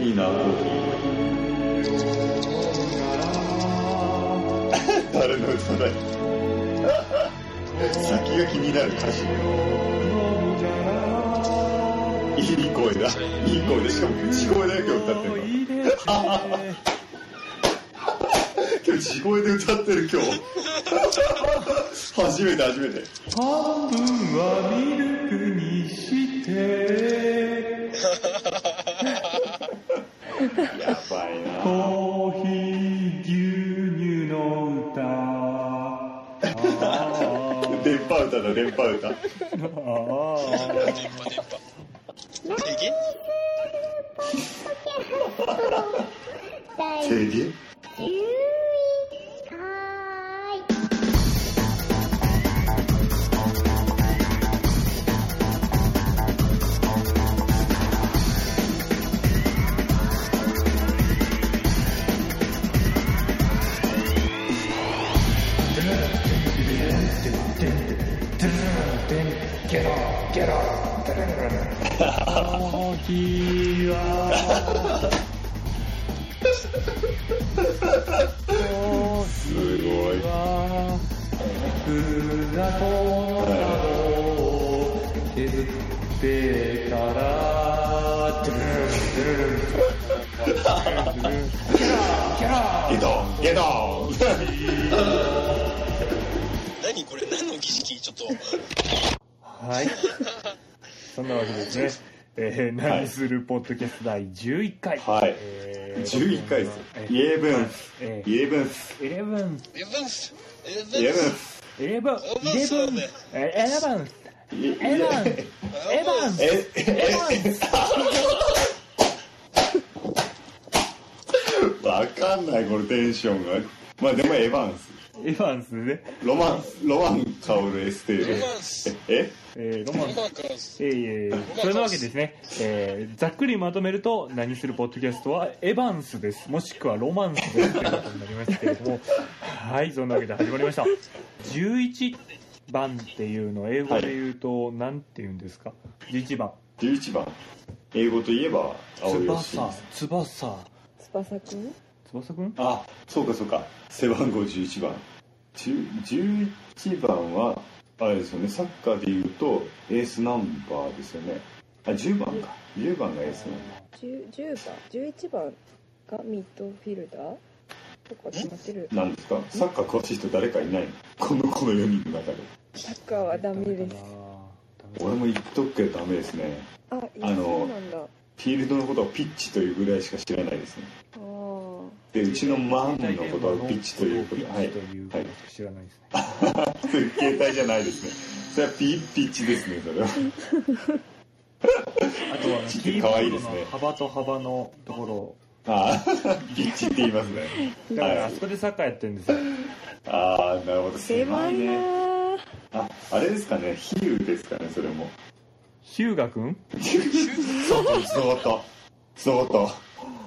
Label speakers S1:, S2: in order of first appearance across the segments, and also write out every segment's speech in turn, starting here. S1: いいな、コーヒー。誰の歌だい 先が気になる歌詞。いい声だ。いい声で、しかも地声だよ、今日歌ってるの。今日地声で歌ってる、今日。初めて、初めて。
S2: 半分はミルクにして
S1: やばいな。
S2: コーヒー牛乳の歌あー
S1: 電波歌だ、電波歌。
S2: あー
S3: え
S1: 制限
S2: コーヒーはコーヒ
S1: すごい
S2: ー。は船との角を削ってからドゥルンドゥルンドゥルンドゥルンキャラ
S1: ゲドンゲドン
S3: 何これ何の儀式ちょっと。
S2: はい。そんなわけですね。えー、何するポッドキャスト第11回。
S1: はい
S2: えー
S1: 11回ですよ
S2: え。
S1: イ
S2: ー
S1: エブンス。
S2: えー
S1: イエブンス。
S2: エレブン、
S3: エヴァンスエヴ
S1: イエ
S3: ァン
S1: ブン
S3: ス
S1: ス。
S2: エレブン、イレブン、えーエレブン、
S1: イエ
S2: エレブン、エレブン、
S1: え、
S2: エレブン。
S1: わかんない、これテンションが。まあでもエヴァンス。
S2: エヴァンスね。
S1: ロマンス、ロマン薫エステー
S3: エヴァン
S1: ル。
S3: ス
S1: え
S2: えー、ロマン
S3: エヴ
S2: ス。
S3: ァンス
S2: えー、それなわけですね、えー、ざっくりまとめると何するポッドキャストはエヴァンスですもしくはロマンスですということになりましたけれど もはいそんなわけで始まりました11番っていうのを英語で言うと何て言うんですか11番
S1: ?11 番。英語といえば、青吉。
S2: 翼翼
S4: 翼くん
S2: 翼くん
S1: あ、そうかそうか。背番号11番。10 11番は、あれですよね、サッカーで言うと、エースナンバーですよね。あ、10番か。10番がエースナンバー。
S4: 10 10番11番がミッドフィルダーとか決まってる
S1: なんですかサッカー詳しい人誰かいないのこのこの4人の中で
S4: サッカーはダメです
S1: 俺も言っとくけどダメですね
S4: あい
S1: あ
S4: や
S1: の
S4: そうなんだあ
S1: フィールドのことはピッチというぐらいしか知らないですね
S4: あー
S1: でうちのマンのことはピッチということは
S2: ピッ
S1: い
S2: チというこ
S1: は
S2: とはい知らないですね、
S1: 携帯じゃないですねそれはピピッチですねそれは
S2: あとは
S1: ピッチって可愛いですね
S2: キーボードの幅と幅のところ
S1: あーピッチって言いますね
S2: だから
S1: は
S2: あ
S1: い
S2: そこでサッカーやってるんですよ
S1: ああなるほど
S4: 狭いな
S1: ね
S4: ー
S1: ああれですかね比喩ですかねそれも
S2: ヒューガ君
S1: そうつながったつながった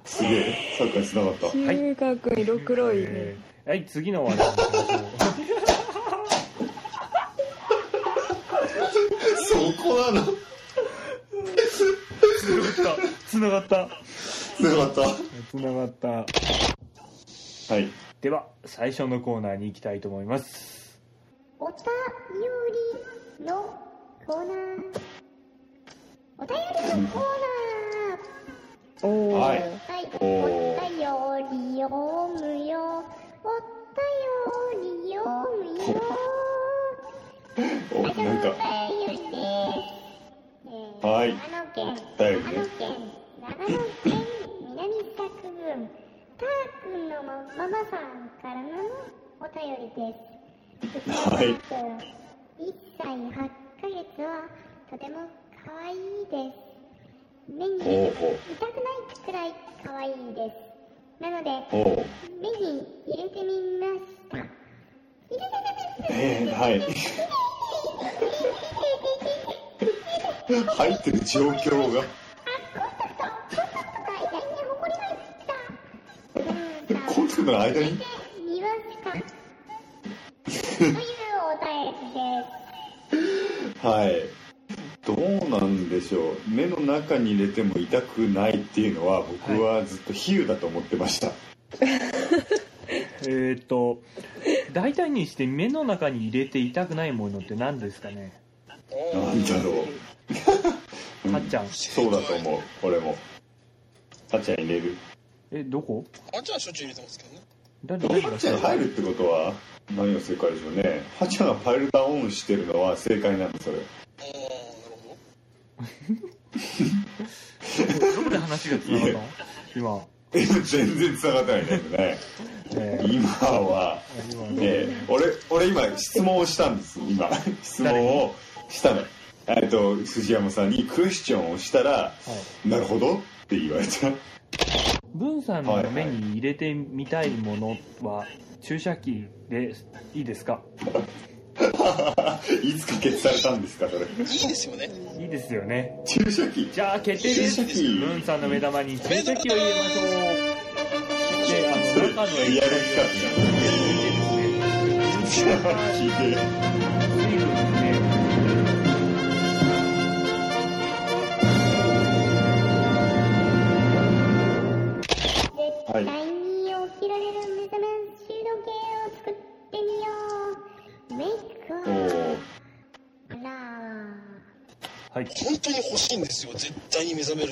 S1: すげえサッカーにつながった
S2: はい
S4: 中学色黒いね
S2: えーはい次の話題に行きましょ
S1: そこなの
S2: うつながった
S1: つながった
S2: つながった
S1: はい
S2: では最初のコーナーに行きたいと思います
S5: おたゆりのコーナー。おたゆりのコー
S4: おおー、
S1: はい
S5: ナー。はい。
S1: お
S5: お
S1: ー
S5: たより読むよ。おたより読
S1: お
S5: むよ。
S1: なんか
S5: お便りです。えー
S1: はい
S5: 長野県、
S1: お便
S5: 長
S1: りね
S5: 野県、長野県南作郡、たーくんのマママさんからのお便りです。
S1: はい
S5: 1歳8ヶ月はとても可愛いです。目に
S1: おうおう
S5: 痛くないくらい可愛いです。なので、
S1: おう
S5: 目に入れてみました。入れてみ
S1: え
S5: ました。
S1: ー、はい。入ってる状況が。
S5: あ、コンタクト、コンタクトが意外に誇りがいっ
S1: との間に
S5: にわかというお便りです。
S1: はい。どうなんでしょう。目の中に入れても痛くないっていうのは、僕はずっと比喩だと思ってました。
S2: えーっと大体にして目の中に入れて痛くないものって何ですかね
S1: なんだろ う。
S2: かっち
S1: ゃん。
S2: ゃん
S1: そうだと思う。俺も。かっちゃん入れる。
S2: えどこ
S3: あんちゃんはしょっちゅう入れてますけどね。
S2: 誰誰
S1: かっ
S2: が
S1: ちゃん入
S2: る
S1: るってことは、何が正解でしょうね。はっちゃんがパイルダーオンしてるのは正解なんだ、それ。
S3: ああ、なるほ
S2: どこで話がつながったの今、
S1: え全然繋がってないね今ね。
S2: えー
S1: 今は、
S2: 今の
S1: えー俺俺今質問をしたんです今質問をしたのえっと藤山さんにクエスチョンをしたら「なるほど」って言われた
S2: 文さんの目に入れてみたいものは注射器でいいですか
S1: いつ可決されたんですかそれ
S3: ど。いいですよね。
S2: いいですよね
S1: 注射器
S2: じゃあ決定です
S1: 注射器
S2: 文さんの目玉に注射器を入れましょうであ
S1: それ
S2: の中の液
S1: や
S2: 体
S1: る企画じゃん聞い
S2: ですね
S1: て
S2: 水分ね
S5: 絶対に起きられる目覚めシード系を作ってみようメイク
S1: お
S5: は
S1: ー
S5: あら
S2: はい
S3: 本当に欲しいんですよ。絶対に目覚める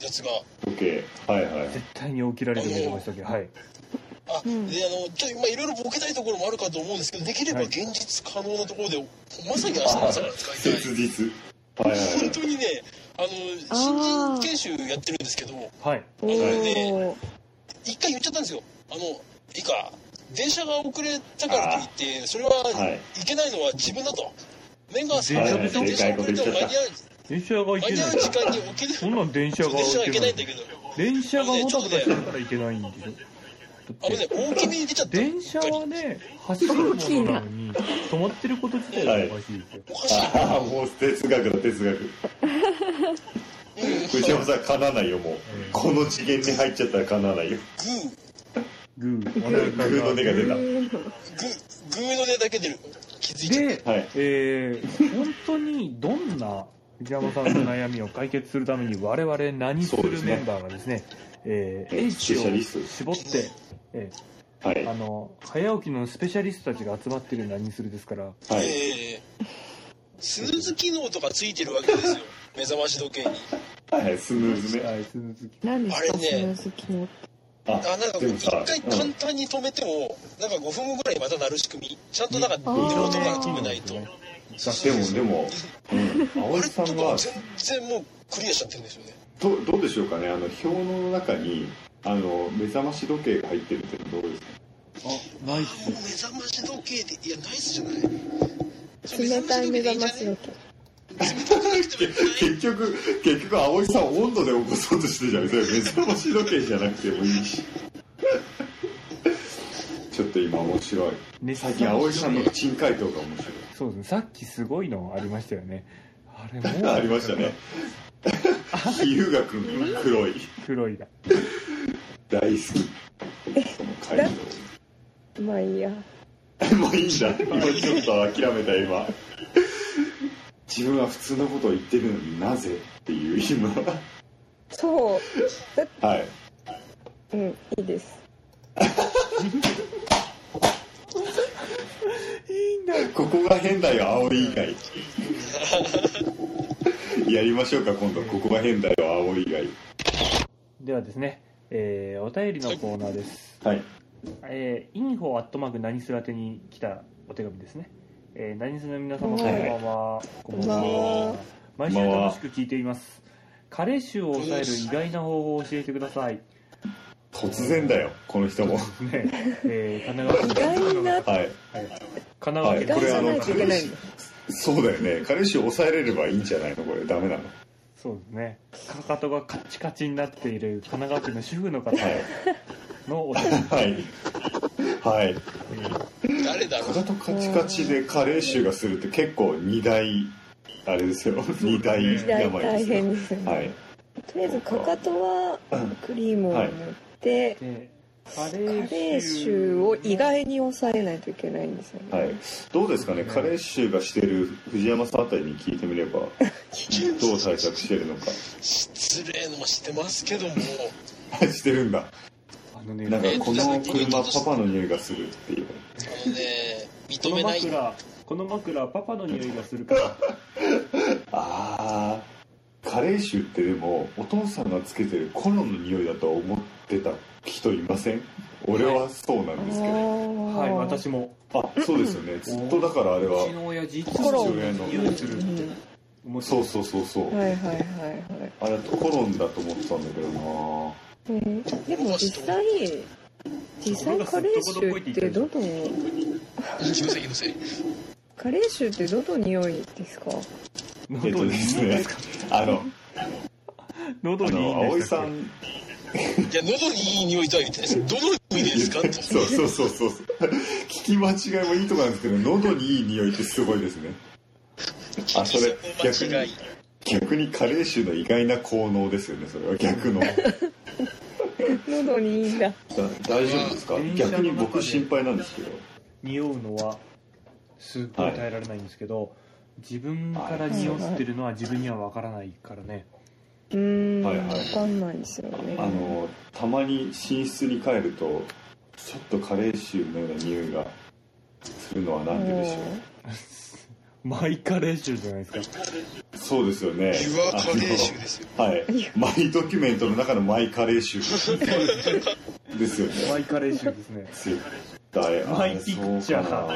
S3: やつが。
S1: オッケーはいはい
S2: 絶対に起きられる目覚まし時計はい
S3: あ、で、あの、ちょっと、まあ、いろいろボケたいところもあるかと思うんですけど、できれば現実可能なところで、まさに明日の朝から使いた
S1: 切
S3: い。
S1: 実はいはい
S3: 本当にね、あの、新人研修やってるんですけど、
S2: はい
S4: おー
S3: 一回言っちゃったんですよ。あの、いいか、電車が遅れたからといって、それは、
S1: はい
S3: い、けないのは自分だと。目が覚
S2: はい
S3: めて、電車が遅れても間に合う、
S2: 電車が行
S3: 間
S2: け
S3: に
S2: な
S3: 合
S2: いう
S3: 時間に起きる。
S2: そんなん電車が
S3: 電車が
S2: 行
S3: い
S2: け
S3: け
S2: な
S3: ないいんだけど、
S2: 電車がほたほたしてるからいけないんでしょ
S3: あのね、大きめに出ちゃった。
S2: 電車はね走るものなのに止まってること自体がおかしいですよ
S3: おかしい。
S1: ああもう哲学だ哲学藤山さんかなわないよもうこの次元に入っちゃったらかなわないよ
S3: グー、
S2: グ
S1: グ
S2: ー
S1: ーの根が出た
S3: グー、グーの音だけ出る。気づいちゃっ
S2: で、
S1: はい
S2: えー本当にどんな藤山さんの悩みを解決するために我々何す
S1: そう
S2: る
S1: ですね
S2: メンバーがですねえ
S1: え
S2: ー、
S1: ー
S2: H
S1: スペシャリスト
S2: を絞って、え
S1: はい
S2: ーあの早起きのスペシャリストたちが集まってる何するですから
S3: た。
S1: はい
S3: えースヌーズ機能とかついてるわ けですよ。目覚まし時計に。
S1: はい、スムーズね。
S2: はい鈴木
S4: 何です
S3: あ
S4: か、
S3: れね
S4: その好きの。
S1: あ
S3: あ、なんかこ
S1: で
S3: う
S1: も
S3: 一
S1: さ、
S3: 回
S1: う
S3: 簡
S1: ん
S3: 単に止めても、なんか5分ぐらいまた鳴る仕組み。ちゃんとなんか、寝る音から止めないと。
S2: ね
S1: でも、でも、うん、
S3: あ
S1: 葵
S3: れ
S1: さ
S3: と
S1: ん
S3: か
S1: は、
S3: 全然もうクリアしちゃってるんですよね。
S1: どどうでしょうかね、あの、表の中に、あの、目覚まし時計が入ってるってのはどうですか
S2: あないっ
S3: あ
S2: す
S3: の目覚まし時計で、いや、ナイスじゃない
S4: 冷たい目覚ましの
S3: 冷
S4: 時
S3: たくなくてもいいんじゃない
S1: 結局、結局、葵さん温度で起こそうとしてるじゃないですか。目覚まし時計じゃなくてもいいし。 ちょっと今面白い。
S2: ね
S1: 最近、葵さんの珍解答が面白い。
S2: そうですねさっきすごいのありましたよねあれもう
S1: ありましたね。優雅くん、黒い。
S2: 黒いだ
S1: 大好き。その回答。
S4: 計。まあいいや。
S1: もういいんだ今ちょっと諦めた今自分は普通のことを言ってるのになぜっていう今
S4: そう。
S1: はい
S4: うん、いいです。
S1: ここが変だよ葵以外 やりましょうか今度ここが変だよ葵以外
S2: ではですね、えーお便りのコーナーです、
S1: はい
S2: えー、info アットマーク何すら宛てに来たお手紙ですね、えー、何すらの皆様こんばんはこんばんは毎週楽しく聞いています加齢臭を抑える意外な方法を教えてください、 ね
S1: 突然だよこの人も
S2: えー、神奈川県
S4: 意外な
S1: はい
S2: 神奈川
S1: はい
S2: 県
S4: 意外じゃないといけないんだ。
S1: そうだよね彼氏を抑えれればいいんじゃないのこれダメなの
S2: そうですねかかとがカチカチになっている神奈川県の主婦の方
S1: はい
S2: のお手紙
S1: はいはい
S3: 誰だろ
S1: か
S3: う
S1: かとカチカチで加齢臭がするって結構二大あれですよ二大病です
S4: 時代
S1: よ
S4: 大変ですよね。
S1: はい
S4: とりあえずかかとはクリームを塗って、
S2: でカレ
S4: カレー臭を意外に抑えないといけないんですよね、
S1: はい、どうですかね、カレー臭がしてる藤山さんあたりに聞いてみれ ば、どう対策してるのか、
S3: 失礼のはしてますけども
S1: してるんだ、
S2: あのね
S1: なんかこの車、パパの匂いがするっていう、
S3: あのね
S2: こ
S3: 認
S2: の
S3: めない
S2: 枕この枕パパの匂いがするから
S1: あー、カレー臭ってでも、お父さんがつけてるコロの匂いだと思ってた人いません俺はそうなんですけど、
S2: は
S4: はい
S2: 私も
S1: あそうですよね、ずっとだからあれ
S2: うち
S1: は、
S2: の親父
S4: コロン
S2: 匂いするって思って
S1: そうそうそうそう、
S4: はいはいはいはい
S1: あれ、コロンだと思ってたんだけどな。
S4: うんでも実際実際加齢臭ってどの
S3: 気のせい気のせい
S4: 加齢臭ってどの匂いですか
S1: えっとで
S2: 喉にいい
S1: す
S2: んで
S1: ね
S2: すか、
S1: あの、
S2: 喉
S1: あ
S2: にいい
S1: の、
S2: ん
S1: 葵
S2: です
S1: さ
S2: か
S1: ん、
S3: いや喉にいい匂いとは言ってないですどの匂いですかと
S1: そうそうそうそう。聞き間違いもいいとこなんですけど、喉にいい匂いってすごいですね。あ、それ逆
S3: 間違い
S1: に、逆に加齢臭の意外な効能ですよね、それは逆の。だ
S4: 喉にいいんだ
S1: 大丈夫ですか
S2: 電車の中
S1: 逆
S2: で
S1: に僕心配なんですけど。
S2: 匂うのはすっごい耐えられないんですけど、自分から匂ってるのは自分には分からないからね、
S4: うーん、
S1: はいはい
S4: わかんないんですよね
S1: あの、たまに寝室に帰ると、ちょっと加齢臭のような匂いがするのはなんででしょう。
S2: マイカレー臭じゃないですか
S1: そうですよね。
S3: 湯は加齢臭ですよ
S1: あのはい。マイドキュメントの中のマイ加齢臭ですよね。
S2: マイカレー臭ですね
S1: 絶対
S2: マイピクチャー
S1: は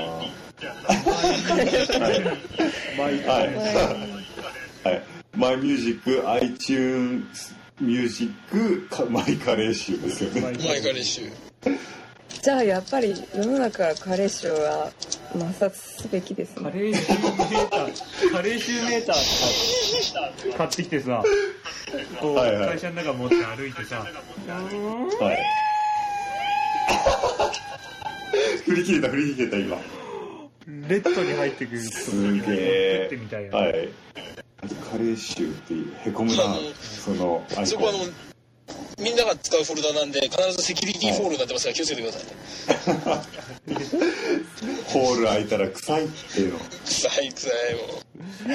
S2: マイ
S1: い
S2: カ
S1: は
S2: レ
S1: い
S2: ー
S1: はいマイミュージック iTunes ミュージックかマイカレー集ですよね
S2: マイカ
S3: 前
S2: レ
S3: から
S2: ー
S3: 練習
S4: じゃあやっぱり世の中加齢臭は抹殺すべきです
S2: カ
S4: ね
S2: レー臭メーターカレー臭メーター買ってきてさこう
S1: はいはい
S2: 会社の中持って歩いてさ
S1: はい振り切れた振り切れた今
S2: レッドに入ってくると
S1: すげ
S2: 持っ
S1: え
S2: てみたいな、
S1: はいカレー集ってへこむなそのアイ
S3: そ
S1: コン
S3: こあのみんなが使うフォルダなんで必ずセキュリティフォールになってますから気をつけてくださいね
S1: ホール開いたら臭いっていうの
S3: 臭い臭いも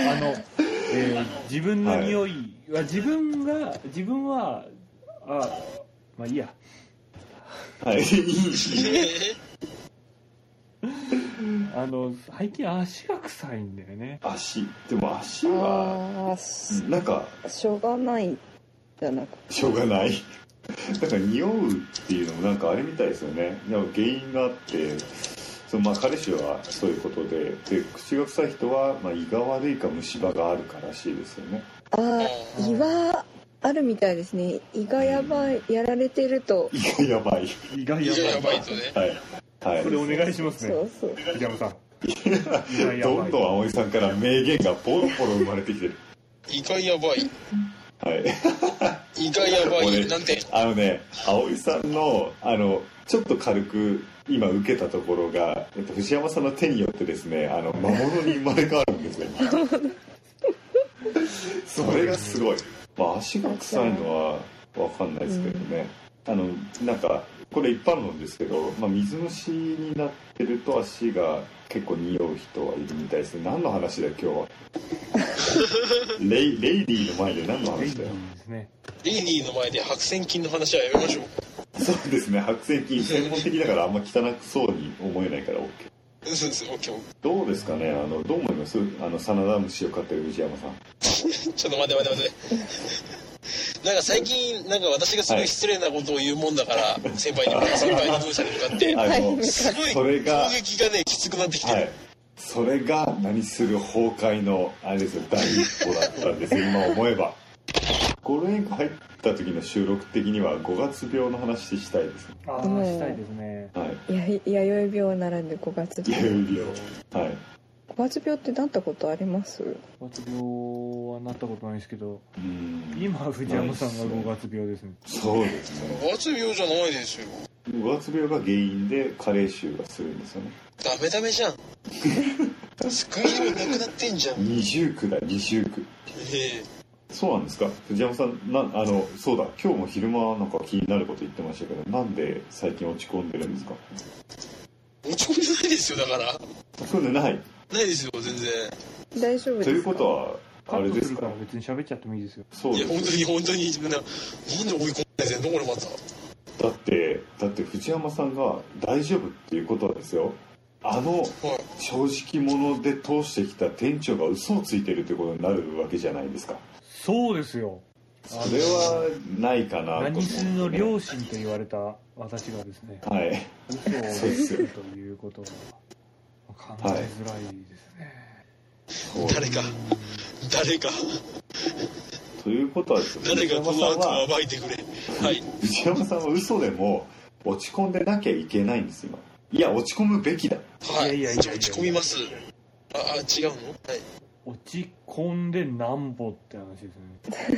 S3: う
S2: あの、えー自分の匂いは、自分が自分はあまあいいや
S1: はいいい
S3: え
S2: あの最近足が臭いんだよね
S1: 足でも足は
S4: ああし
S1: なんか
S4: しょうがないじゃなく
S1: しょうがない だから匂うっていうのもなんかあれみたいですよねでも原因があってそのまあ彼氏はそういうことでで口が臭い人はまあ胃が悪いか虫歯があるからしいですよね
S4: ああ胃はあるみたいですね胃がやばいやられてると
S1: 胃がやばい
S2: 意外
S3: え
S2: や
S3: いややば
S2: ばい
S3: いとね
S1: はいはい
S2: これお願いしますね
S4: そうそう
S2: 藤山さん意外や ば
S1: ど
S2: い
S1: んどん葵さんから名言がポロポロ生まれてきてる
S3: 胃がやばい
S1: はい
S3: 胃がやば
S1: 俺
S3: いなんて
S1: あのね葵さんのあのちょっと軽く今受けたところが、えっと、藤山さんの手によってですねあの魔物に生まれ変わるんですよ それがすごい、まあ、足が臭いのは分かんないですけどね、あのなんかこれ一般論ですけど、まあ、水虫になってると足が結構匂う人はいるみたいですね何の話だよ 今日はレイレイディーの前で何の
S2: いい
S1: 話だよ
S2: ですね
S3: レイニーの前で白癬菌の話はやめましょう
S1: そうですね白線菌専門的だからあんま汚くそうに思えないから OK
S3: うんそうそうオッケーオッケ
S1: どうですかねあのどう思いますあの真田虫を飼ってる藤山さん
S3: ーちょっと待って待って待ってなんか最近なんか私がすごい失礼なことを言うもんだから、先輩に先輩にどうしたらいいかって
S1: あの
S3: すごい
S1: そ
S3: 攻
S1: れが
S3: 撃がねきつくなってきてる、
S1: はいそれが何する崩壊のあれですよ第一歩だったんですよ今思えばゴールデンウィーク入った時の収録的には5月病の話したいですね
S2: ああ
S4: うん
S2: したいですね
S1: はい
S4: や弥生病ならぬ五月
S1: いや
S4: 病
S1: いやはい
S4: 五月病ってなったことあります
S2: 五月病はなったことないですけど
S1: うん
S2: 今藤山さんが五月病ですね
S1: そうですね
S3: 五月病じゃないですよ
S1: 5月病が原因で加齢臭がするんですよね
S3: ダメダメじゃん救いようなくなってんじゃんね
S1: 二重苦だ二重苦
S3: え
S1: そうなんですか藤山さんなあのそうだ今日も昼間なんか気になること言ってましたけどなんで最近落ち込んでるんですか
S3: 落ち込んでないですよ、だから。
S1: 落ち込んでない
S3: ないですよ、全然。
S4: 大丈夫です
S1: と
S4: か
S1: いうことは
S2: カ
S1: あれ
S2: ット
S1: ですす
S2: るか
S1: から
S2: 別に喋っちゃってもいいですよ。
S1: そう
S3: い
S1: で
S3: や、本当
S1: す
S3: に、本当に、ななんで追い込んでないんだよ、これまた。
S1: だってだって藤山さんが大丈夫っていうことはですよあの
S3: はい。
S1: 正直者で通してきた店長が嘘をついてるってことになるわけじゃないですか
S2: そうですよ。
S1: それはないかなと思って、
S2: 何するの両親と言われた私がですね、
S1: はい
S2: 嘘をつくということは考えづらいですね。
S1: そう
S3: 誰か、誰か、
S1: ということはですよ藤
S3: 誰か
S1: 山
S3: こ
S1: さ
S3: の
S1: ん
S3: 後を
S1: は
S3: 暴いてくれ。はい。
S1: 藤山さんは嘘でも落ち込んでなきゃいけないんです今いや落ち込むべきだ
S3: はいい。
S2: やいやいやいや
S3: じゃあ落ち込みます。あ、あ違うのはい。
S2: 落ち込んでなんぼって話ですね。
S3: はい。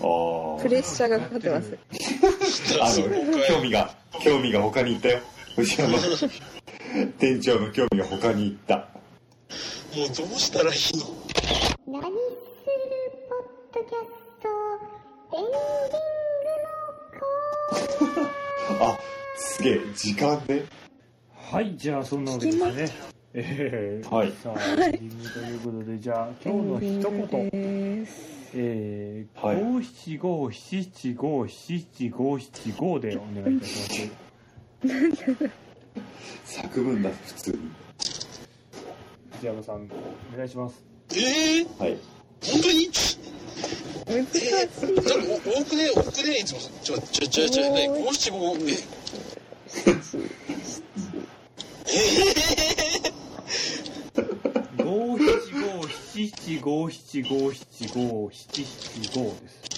S1: あー
S4: プレッシャーがかかってます
S3: だ
S1: あ
S3: そうか
S1: の興味が興味が他に行ったよ藤山店長の興味が他に行った
S3: もうどうしたらいいの
S5: 何するポッドキャストエンディング
S1: あすげえ時間で
S2: はい、じゃあそんなわけですね。えー、
S1: はい
S2: さあ、エンディングということで、じゃあ今日の一言。
S4: です
S2: えー
S1: はい
S2: 五七五七七五七七五七五でお願いいたします。
S1: 作文だ普通に
S2: 藤山さん、お願いします。
S3: ええ
S1: はい
S3: 本当に
S4: 難しい
S3: なんかお多くね多くねいつもちょちょちょちょね五七五ね
S2: 五七五七七五七五七五七七五です。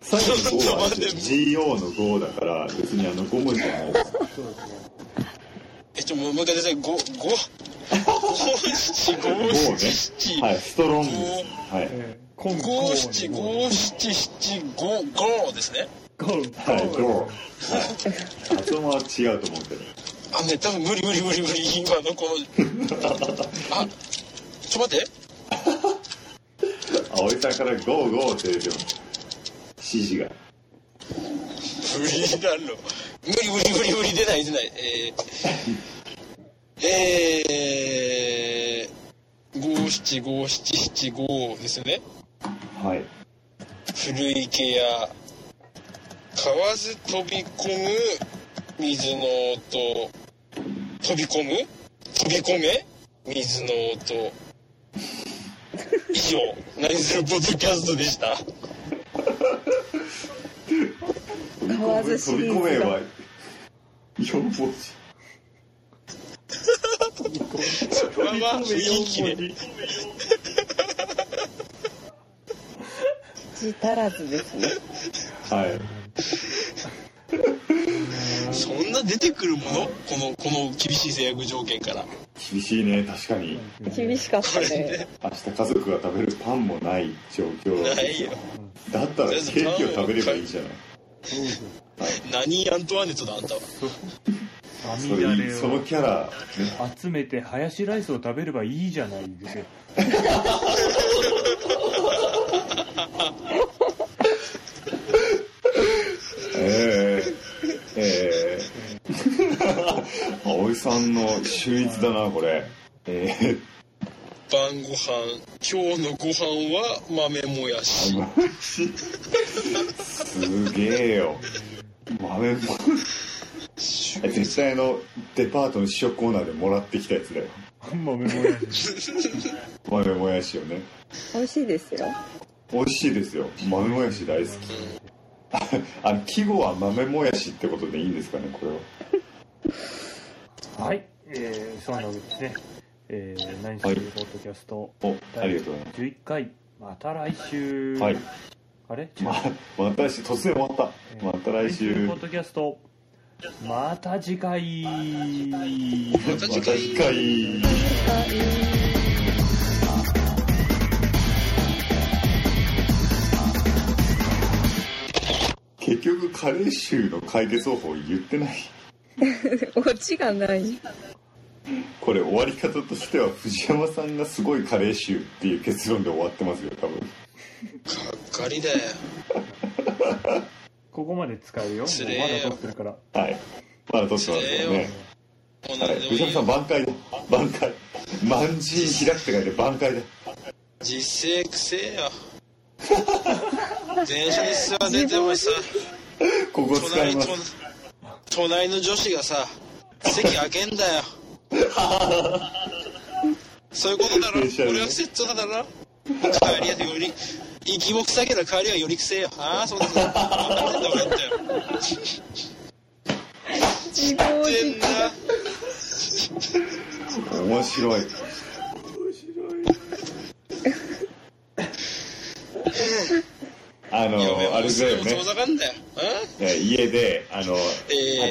S1: 最後の5は GO の5だから別にあの5文字じゃないです
S2: そうですね。
S3: えちょもうもう一回ですね五五 五七
S1: 5
S3: 五
S1: ね
S3: 七
S1: はいストロングですはい
S2: えー、今
S3: 五七五七七五五ですね
S2: 五五
S1: はい5はい発音は違うと思うけど
S3: あのね多分無理無理無理無理今のこのあちょ待って
S1: 葵さんから GOGO って出てます指示が
S3: 無理だろ無理無理無理無理出ない出ないえー、えー、五七五七七五ですね
S1: はい
S3: 古池やわず飛び込む水の音飛び込む飛び込め水の音以上何するポッドキャストでした
S1: 飛び
S4: 河
S1: 込
S4: 津
S1: め
S4: シ
S1: 飛
S4: リ
S1: び
S4: ー
S1: 込
S4: ズが
S1: めは4文字
S3: まあまあ雰囲気ね
S4: 字足らずですね
S1: はい
S3: そんな出てくるものこのこの厳しい制約条件から
S1: 厳しいね確かに
S4: 厳しかったね
S1: 明日家族が食べるパンもない状況
S3: ないよ
S1: だったらケーキを食べればいいじゃない
S3: 何アントワネットだあんたは
S2: ア
S1: そ
S2: ミ
S1: れ
S2: ダ
S1: いい
S2: レ
S1: そのキャラ
S2: を集めてハヤシライスを食べればいいじゃないですよ。
S1: ええええ葵さんの秀逸だなこれええ
S3: 晩ご飯今日のご飯は豆もや し
S1: すげえよ豆も絶対あのデパートの試食コーナーでもらってきたやつだよ
S2: 豆もやし
S1: 豆もやしをね
S4: 美味しいですよ
S1: 美味しいですよ豆もやし大好きあの季語は豆もやしってことでいいんですかねこれは
S2: はい、えー、そんなわけですね。えー、何するポッドキャスト
S1: おありがとうございま
S2: 11回、また来週。
S1: すはい
S2: あれ
S1: ままた来週突然終わった、また来週
S2: ポッドキャスト、また次回。
S1: また次回結局カ レー臭の解決方法言ってない
S4: オチがない
S1: これ終わり方としては藤山さんがすごい加齢臭っていう結論で終わってますよ多分
S3: がっかりだよ。
S2: ここまで使うよ。もう
S3: つれ
S2: まだ
S3: ーよ
S2: 取ってるから。
S1: はいまだ撮ってますからね
S3: もう
S1: は
S3: 何
S1: い
S3: でもい
S1: 藤山
S3: い
S1: さ
S3: よ
S1: ん。挽回だ挽回万人開くって書いて挽回だ
S3: 実勢くせえよ。電車に座っててもさ、
S1: ここ使い
S3: 隣
S1: ま
S3: と
S1: す
S3: 隣の女子がさ、席開けんだよ。そういうことだろ。
S1: 電車でね
S3: 俺はセットだろ。帰りやより、息も臭けりゃ帰りはよりくせえよ。ああ、そうだそうだ。分かってんだ、分かってん だよ。
S4: 自暴
S3: 言
S4: 自
S3: ってんな。
S1: 面白いあの
S3: 嫁も
S1: あれだよ
S3: 娘も
S1: ね
S3: 遠ざかんだよ。うん
S1: え家であの、
S3: えー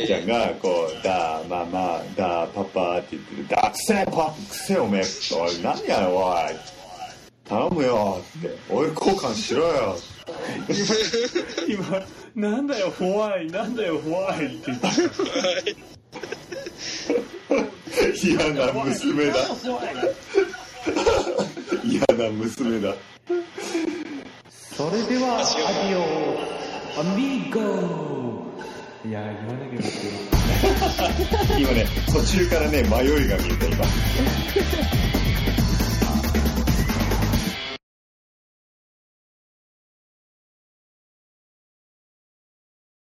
S1: あっちゃんがこう「だママだパパ」って言ってる「だくせえパくせえおめえ」おい何やよおい頼むよ」って「オイル交換しろよ
S2: 今、なんだよ、ホワイ、なんだよ、ホワイって言って」
S1: 嫌な娘だ
S2: ホワイ
S1: 嫌な娘だ
S2: それでは、アディオ、アミーゴいやー、言わなきゃよかった
S1: 今ね途中からね迷いが見えています